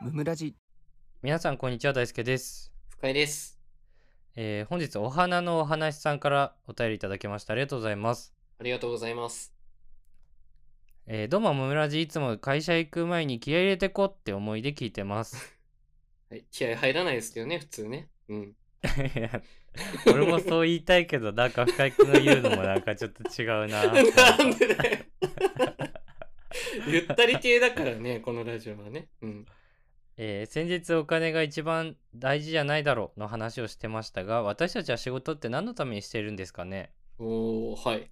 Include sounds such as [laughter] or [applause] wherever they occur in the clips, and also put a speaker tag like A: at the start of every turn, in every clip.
A: 村地
B: 皆さんこんにちは大輔です、
C: 深井です。
B: えー本日お花のお話さんからお便りいただきましたありがとうございます、
C: ありがとうございます。
B: えーどうもムムラジいつも会社行く前に気合い入れてこって思いで聞いてます
C: はい、気合入らないですけどね、普通ね。うん。
B: いや俺もそう言いたいけどなんか深井君が言うのもなんかちょっと違うな
C: [laughs] なんでだ
B: [laughs]
C: よ。ゆったり系だからね、このラジオはね。うん。
B: えー先日お金が一番大事じゃないだろうの話をしてましたが私たちは仕事って何のためにしているんですかね
C: おー、はい。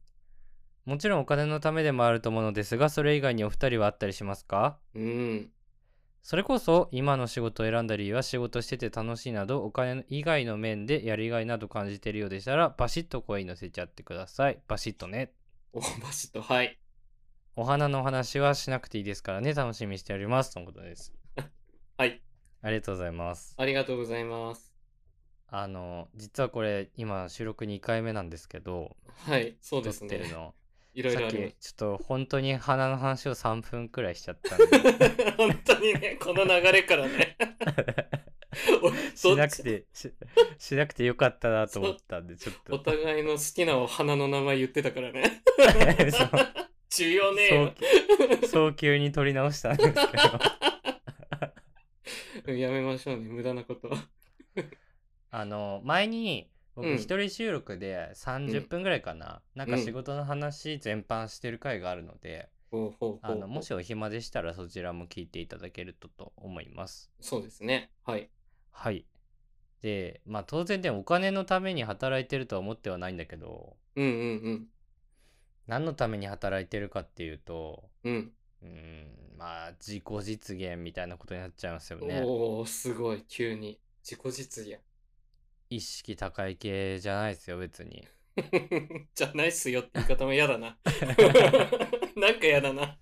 B: もちろんお金のためでもあると思うのですがそれ以外にお二人はあったりしますか
C: うん。
B: それこそ今の仕事を選んだ理由は仕事してて楽しいなどお金以外の面でやりがいなど感じているようでしたらバシッと声に乗せちゃってくださいバシッとね
C: おバシッと、はい。
B: お花のお話はしなくていいですからね楽しみにしておりますとのことです
C: [laughs] はい。
B: ありがとうございます
C: ありがとうございます。
B: あの実はこれ今収録2回目なんですけど
C: はい、そうです
B: 撮ってる
C: ね。
B: の
C: いろいろあ
B: さっき
C: り
B: ちょっと本当に花の話を3分くらいしちゃ
C: [laughs]
B: ったんで
C: ます。本当にね、この流れから
B: [laughs]
C: ね。お
B: し
C: ど
B: な
C: っ
B: く
C: ち
B: てししなくてよかったなと思ったんでちょっ
C: お
B: と [laughs]
C: 互いの好きなお花の名前言ってたからね。 [laughs]
B: そう
C: 重要ねえよ
B: 早。急早急に撮り直したん
C: [laughs]
B: ですけど
C: うんやめましょうね、無駄なことは。
B: あの前に僕
C: うん
B: 一人収録で30分ぐらいかな、なんか仕事の話全般してる回があるので、
C: ほうほうほ
B: あ
C: う
B: のもしお暇でしたらそちらも聞いていただけるとと思います
C: そうですね。はい。
B: はいでまあ当然でもお金のために働いてるとは思ってはないんだけど
C: うんうん
B: 何のために働いてるかっていうと
C: うん。うん。
B: うーんまあ自己実現みたいなことになっちゃいますよね
C: おおすごい、急に。自己実現。 [laughs]
B: 意識高い系じゃないですよ別に
C: じゃないっすよって言い方も嫌
B: [laughs]
C: だな。 [laughs] なんか嫌だな。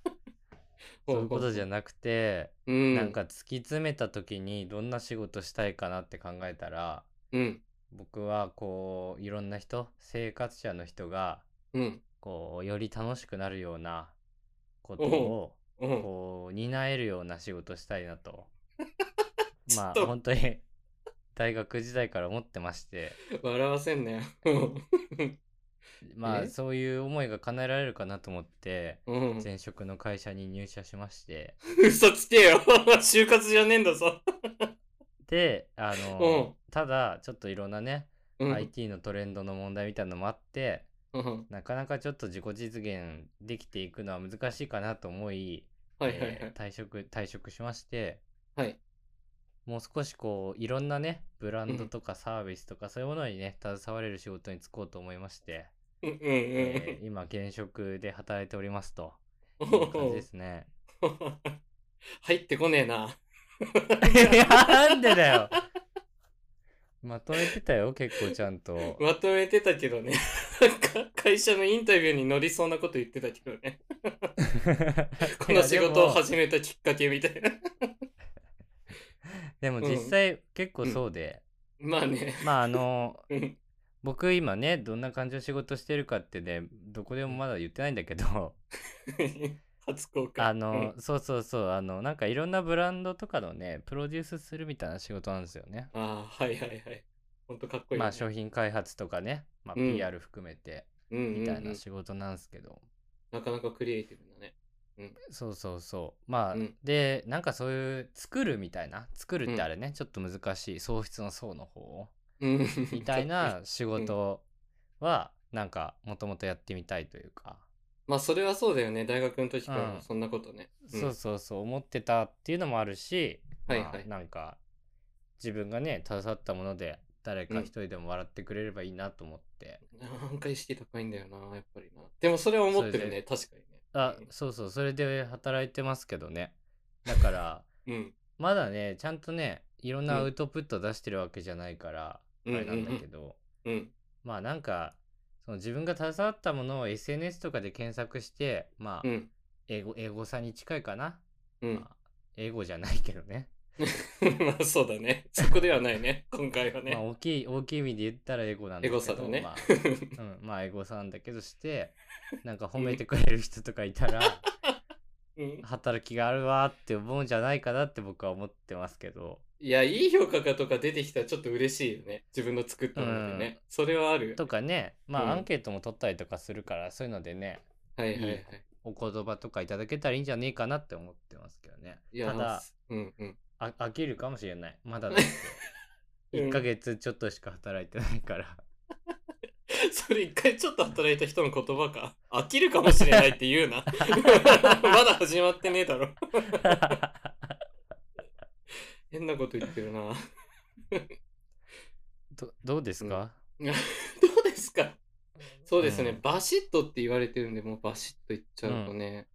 B: そういうことじゃ
C: な
B: なくて、
C: うん。
B: なんか突き詰めた時にどんな仕事したいかなって考えたら
C: うん。
B: 僕はこういろんな人生活者の人が
C: うん。
B: こうより楽しくなるようなこと
C: お
B: を
C: うん。
B: こう担えるような仕事したいなと
C: [laughs] ちょ
B: ま
C: っ
B: あ
C: と
B: 本当に [laughs] 大学時代から思ってまして
C: 笑わせんなよ。うん
B: まあ
C: え
B: そういう思いが叶えられるかなと思って
C: うん。
B: 前職の会社に入社しまして
C: 嘘つけよ。 [laughs] 就活じゃねえんだぞ。
B: であ
C: うん
B: のただちょっといろんなね
C: うん。
B: IT のトレンドの問題みたいなのもあって
C: うん
B: なかなかちょっと自己実現できていくのは難しいかなと思い、
C: はいはいは
B: え
C: い
B: ー。退職退職しまして、
C: はい
B: もう少しこういろんなねブランドとかサービスとかそういうものにね携われる仕事に就こうと思いまして、
C: うんうん
B: え
C: [laughs]
B: ー今現職で働いておりますと
C: うん
B: いう感じですね。
C: おー。 [laughs] 入ってこねえな。
B: いやなんでだよまとめてたよ結構ちゃんと。
C: まとめてたけどね。 [laughs] なんか会社のインタビューに乗りそうなこと言ってたけどね。この仕事を
B: いやでも
C: 始めたきっかけみたいな。 [laughs]
B: でも
C: うん
B: 実際結構そうで、
C: まあね。
B: まああの [laughs]
C: うん
B: 僕今ねどんな感じの仕事してるかってねどこでもまだ言ってないんだけど
C: [laughs] 初公開。
B: あの、そうそうそうあのなんかいろんなブランドとかのねプロデュースするみたいな仕事なんですよね。
C: うんああ、はいはいはい。ほんとかっこいい、
B: まあ商品開発とかね、まあ、
C: うん
B: PR 含めて
C: 品
B: みたいな
C: な。
B: 仕事なんですけど、
C: なかなかクリエイティブだね。
B: そうそうそうまあ、
C: うん
B: でなんかそういう作るみたいな作るってあれね、ちょっと難しい喪失の層の
C: [laughs]
B: 方
C: うん
B: みたい。
C: [laughs]
B: な仕事はなんかもともとやってみたいというか、
C: まあそれはそうだよね。大学の時か
B: うん
C: らそんなことね。うん
B: そうそうそう思ってたっていうのもあるし、
C: はい
B: まあ
C: はい
B: なんか自分がね携わったもので誰か一人でも笑ってくれればいいなと思って、
C: なんか意識高いんだよな、やっぱりな。でもそれは思ってるね、確かにね。
B: あそうそうそれで働いてますけどねだから [laughs]
C: うん。
B: まだねちゃんとねいろんな
C: う
B: ア
C: ん
B: ウトプット出してるわけじゃないから、
C: うん
B: あれなんだけど、
C: うん。
B: まあなんかその自分が携わったものを SNS とかで検索してまあ、
C: うん。
B: 英語英語さんに近いかな、
C: うん
B: ま。あ英語じゃないけどね
C: [laughs] まあそうだね。そこではないね、今回は
B: まあ
C: ね。
B: 大きい大きい意味で言ったらエゴなんだけ
C: エ
B: ど
C: ゴサだね。 [laughs]
B: まあうん、まあエゴさんだけどしてなんか褒めてくれる人とかいたら
C: うん
B: 働きがあるわって思うんじゃないかなって僕は思ってますけど
C: いや、いい評価かとか出てきたらちょっと嬉しいよね。自分の作ったのでね。それはある。
B: とかねま
C: うん
B: あアンケートも取ったりとかするから、そういうのでね
C: はいはいはいい。
B: お言葉とかいただけたらいいんじゃねえかなって思ってますけどね
C: いや、
B: ただ
C: うんうん。 [laughs]
B: あ飽きるかもしれないまだだって
C: うん
B: 1ヶ月ちょっとしか働いてないから
C: それ一回ちょっと働いた人の言葉か。飽きるかもしれないって言うな。 [laughs] まだ始まってねえだろ。 [laughs] 変なこと言ってるな。ど
B: どどうですか、
C: うですかそうですね、
B: うん
C: バシッとって言われてるんで、もうバシッと言っちゃうとね、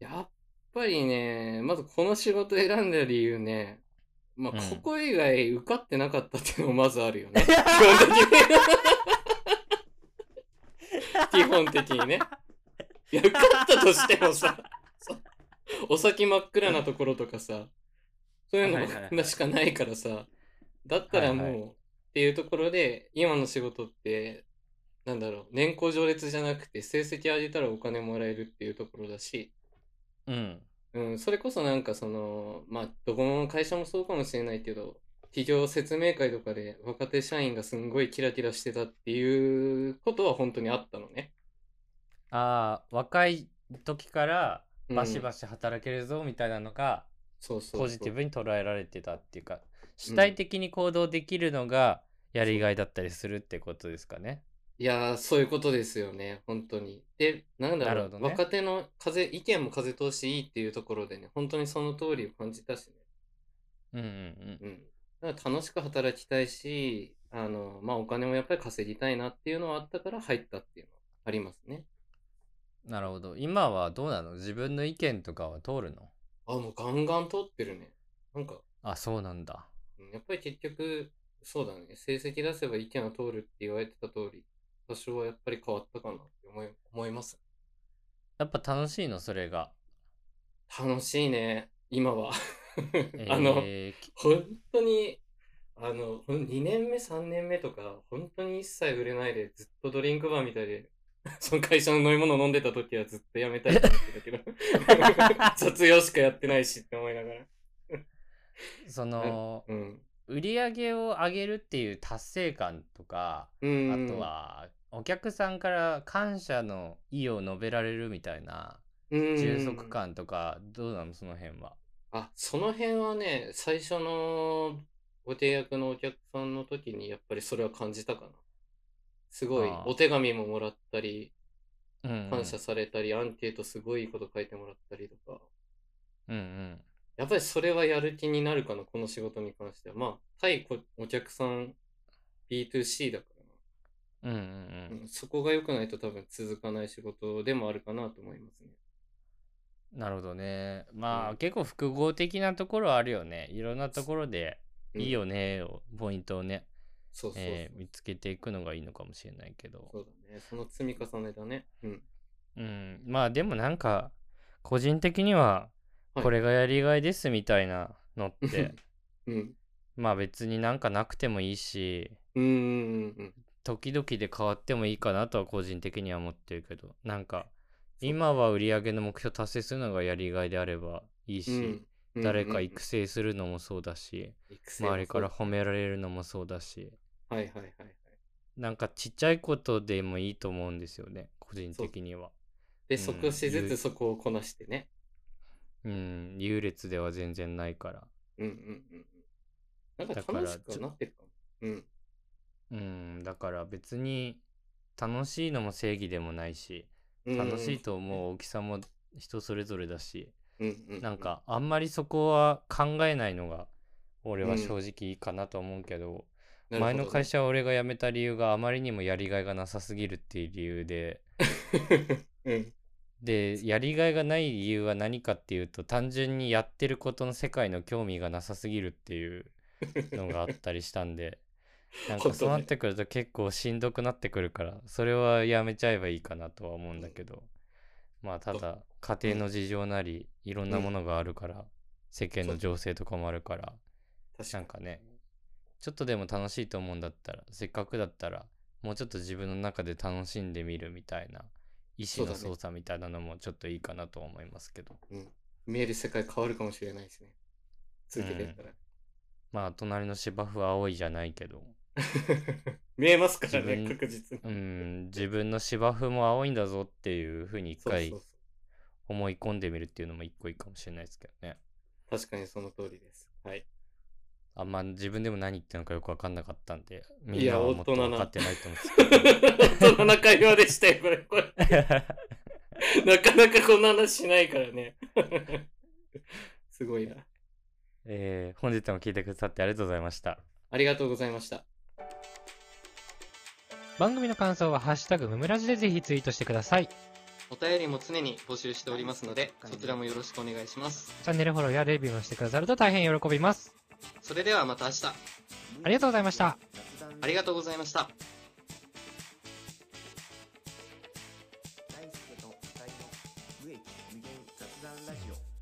C: やっぱりね、まずこの仕事選んだ理由ね、まあ、
B: うん
C: ここ以外受かってなかったっていうのもまずあるよね。基本的に。基本的にね。いや、受かったとしてもさ、そうお先真っ暗なところとかさ、そういう
B: はいはいはい
C: のしかないからさ、だったらもう、
B: はいは
C: っていうところで、今の仕事って、なんだろう、年功序列じゃなくて、成績上げたらお金もらえるっていうところだし、
B: うん
C: うん、それこそなんかその、まあ、どこの会社もそうかもしれないけど、企業説明会とかで若手社員がすんごいキラキラしてたっていうことは本当にあったのね。
B: ああ若い時から
C: うん
B: バシバシ働けるぞみたいなのが
C: そうそうそう。
B: ポジティブに捉えられてたっていうか主体的に行動できるのがやりがいだったりするってことですかね。
C: いやー、そういうことですよね、本当に。で、なんだ
B: なる
C: ろ
B: ほど
C: う、
B: ね
C: 若手の風、意見も風通しいいっていうところでね、本当にその通りを感じたしね。
B: うんうん
C: うん。だから楽しく働きたいし、あの、まあ、お金もやっぱり稼ぎたいなっていうのはあったから入ったっていうのはありますね。
B: うん、なるほど今はどうなの自分の意見とかは通るの
C: あ、もうガンガン通ってるね。なんか、
B: あそうなんだ。
C: うんやっぱり結局、そうだね、成績出せば意見は通るって言われてた通り、多少はやっぱり変わったかなって思い、思います。
B: やっぱ楽しいのそれが。
C: 楽しいね、今は。 [laughs]
B: えー
C: あの、
B: き
C: 本当に、あの、2年目、3年目とか、本当に一切売れないで、ずっとドリンクバーみたいで、 [laughs] その会社の飲み物飲んでた時はずっとやめたいと思ってたけど、 [laughs] 卒業しかやってないしって思いながら。
B: その
C: うん。
B: 売り上げを上げるっていう達成感とか
C: うん。
B: あと、はお客さんから感謝の意を述べられるみたいな
C: うん。
B: 充足。感とかどうなのその辺は。
C: あ、その辺はね、最初のご契約のお客さんの時に、やっぱりそれは感じたかな。すごい
B: あ、ー
C: お手紙ももらったり、
B: うんうん
C: 感謝されたり、アンケートすごいこと書いてもらったりとか。
B: うんうん
C: やっぱりそれはやる気になるかな、この仕事に関しては。まあ、対こお客さん B2C だか
B: うんうんう
C: らな、
B: ん、
C: うんそこが良くないと多分続かない仕事でもあるかなと思いますね。
B: なるほどねまあ、
C: うん
B: 結構複合的なところはあるよねいろんなところで「
C: うん
B: いいよね」をポイントをね、
C: そうそうそう。
B: えー見つけていくのがいいのかもしれないけど
C: そうだね。その積み重ねだね。うん。
B: うんまあでもなんか個人的には
C: はい
B: これがやりがいですみたいなのって、
C: うん。
B: [laughs] まあ別になんかなくてもいいし
C: うんうんうん
B: 時々で変わってもいいかなとは個人的には思ってるけどなんか今は売り上げの目標達成するのがやりがいであればいいし、
C: うん。うん。
B: 誰か育
C: く
B: 成するのもそうだし、周りから褒められるのもそうだし
C: はいはいはいはい。
B: なんかちっちゃいことでもいいと思うんですよね個人的には
C: で、
B: うん
C: 即しずつそこをこなしてね。
B: うん優劣では全然ないから
C: うんうんうんうん。なん
B: だ
C: か
B: から
C: 楽しくなってるかも。うん。
B: うんだから別に楽しいのも正義でもないし
C: うん
B: 楽しいと思う大きさも人それぞれだし
C: うん。うんうんうん
B: なんかあんまりそこは考えないのが俺は正直いいかなと思うけど、
C: なるほ
B: 前
C: どね
B: の会社を俺が辞めた理由があまりにもやりがいがなさすぎるっていう理由で
C: [laughs] うん。
B: でやりがいがない理由は何かっていうと単純にやってることの世界の興味がなさすぎるっていうのがあったりしたん
C: [laughs]
B: でなん
C: 本当
B: か
C: ね
B: そうなってくると結構しんどくなってくるからそれはやめちゃえばいいかなとは思うんだけどまあただ家庭の事情なりいろんなものがあるから世間の情勢とかもあるから
C: 確
B: なんかねちょっとでも楽しいと思うんだったらせっかくだったらもうちょっと自分の中で楽しんでみるみたいな意思の
C: そうだね
B: 操作みたいなのもちょっといいかなと思いますけど、
C: 見える世界変わるかもしれないですね。続けてったら。
B: まあ隣の芝生は青いじゃないけど
C: [laughs] 見えますから
B: 自分
C: ね、確実に。
B: うん自分の芝生も青いんだぞっていうふうに一
C: そうそう
B: 回
C: そう。
B: 思い込んでみるっていうのも一個いいかもしれないですけどね
C: 確かにその通りです。はい。
B: [laughs] あんま自分でも何言ってるのかよく分かんなかったんでみ
C: い
B: んな
C: や
B: はもっと
C: 大人な
B: 分かってないと思うんです
C: 大人な会話でしたよ、これ。これ
B: けど
C: なかなかこんな話しないからね。 [laughs] すごいな。
B: [laughs] えー本日も聞いてくださってありがとうございました
C: ありがとうございました。
A: 番組の感想は「ハッシュタグムムラジ」でぜひツイートしてくださいチ
C: お便りも常に募集しておりますので、そちらもよろしくお願いします。
A: ャンネルフォローやレビューもしてくださると大変喜びます
C: それではまた明日、
A: ありがとうございました
C: ありがとうございました。
D: 大輔と二人の無益無限雑談ラジオ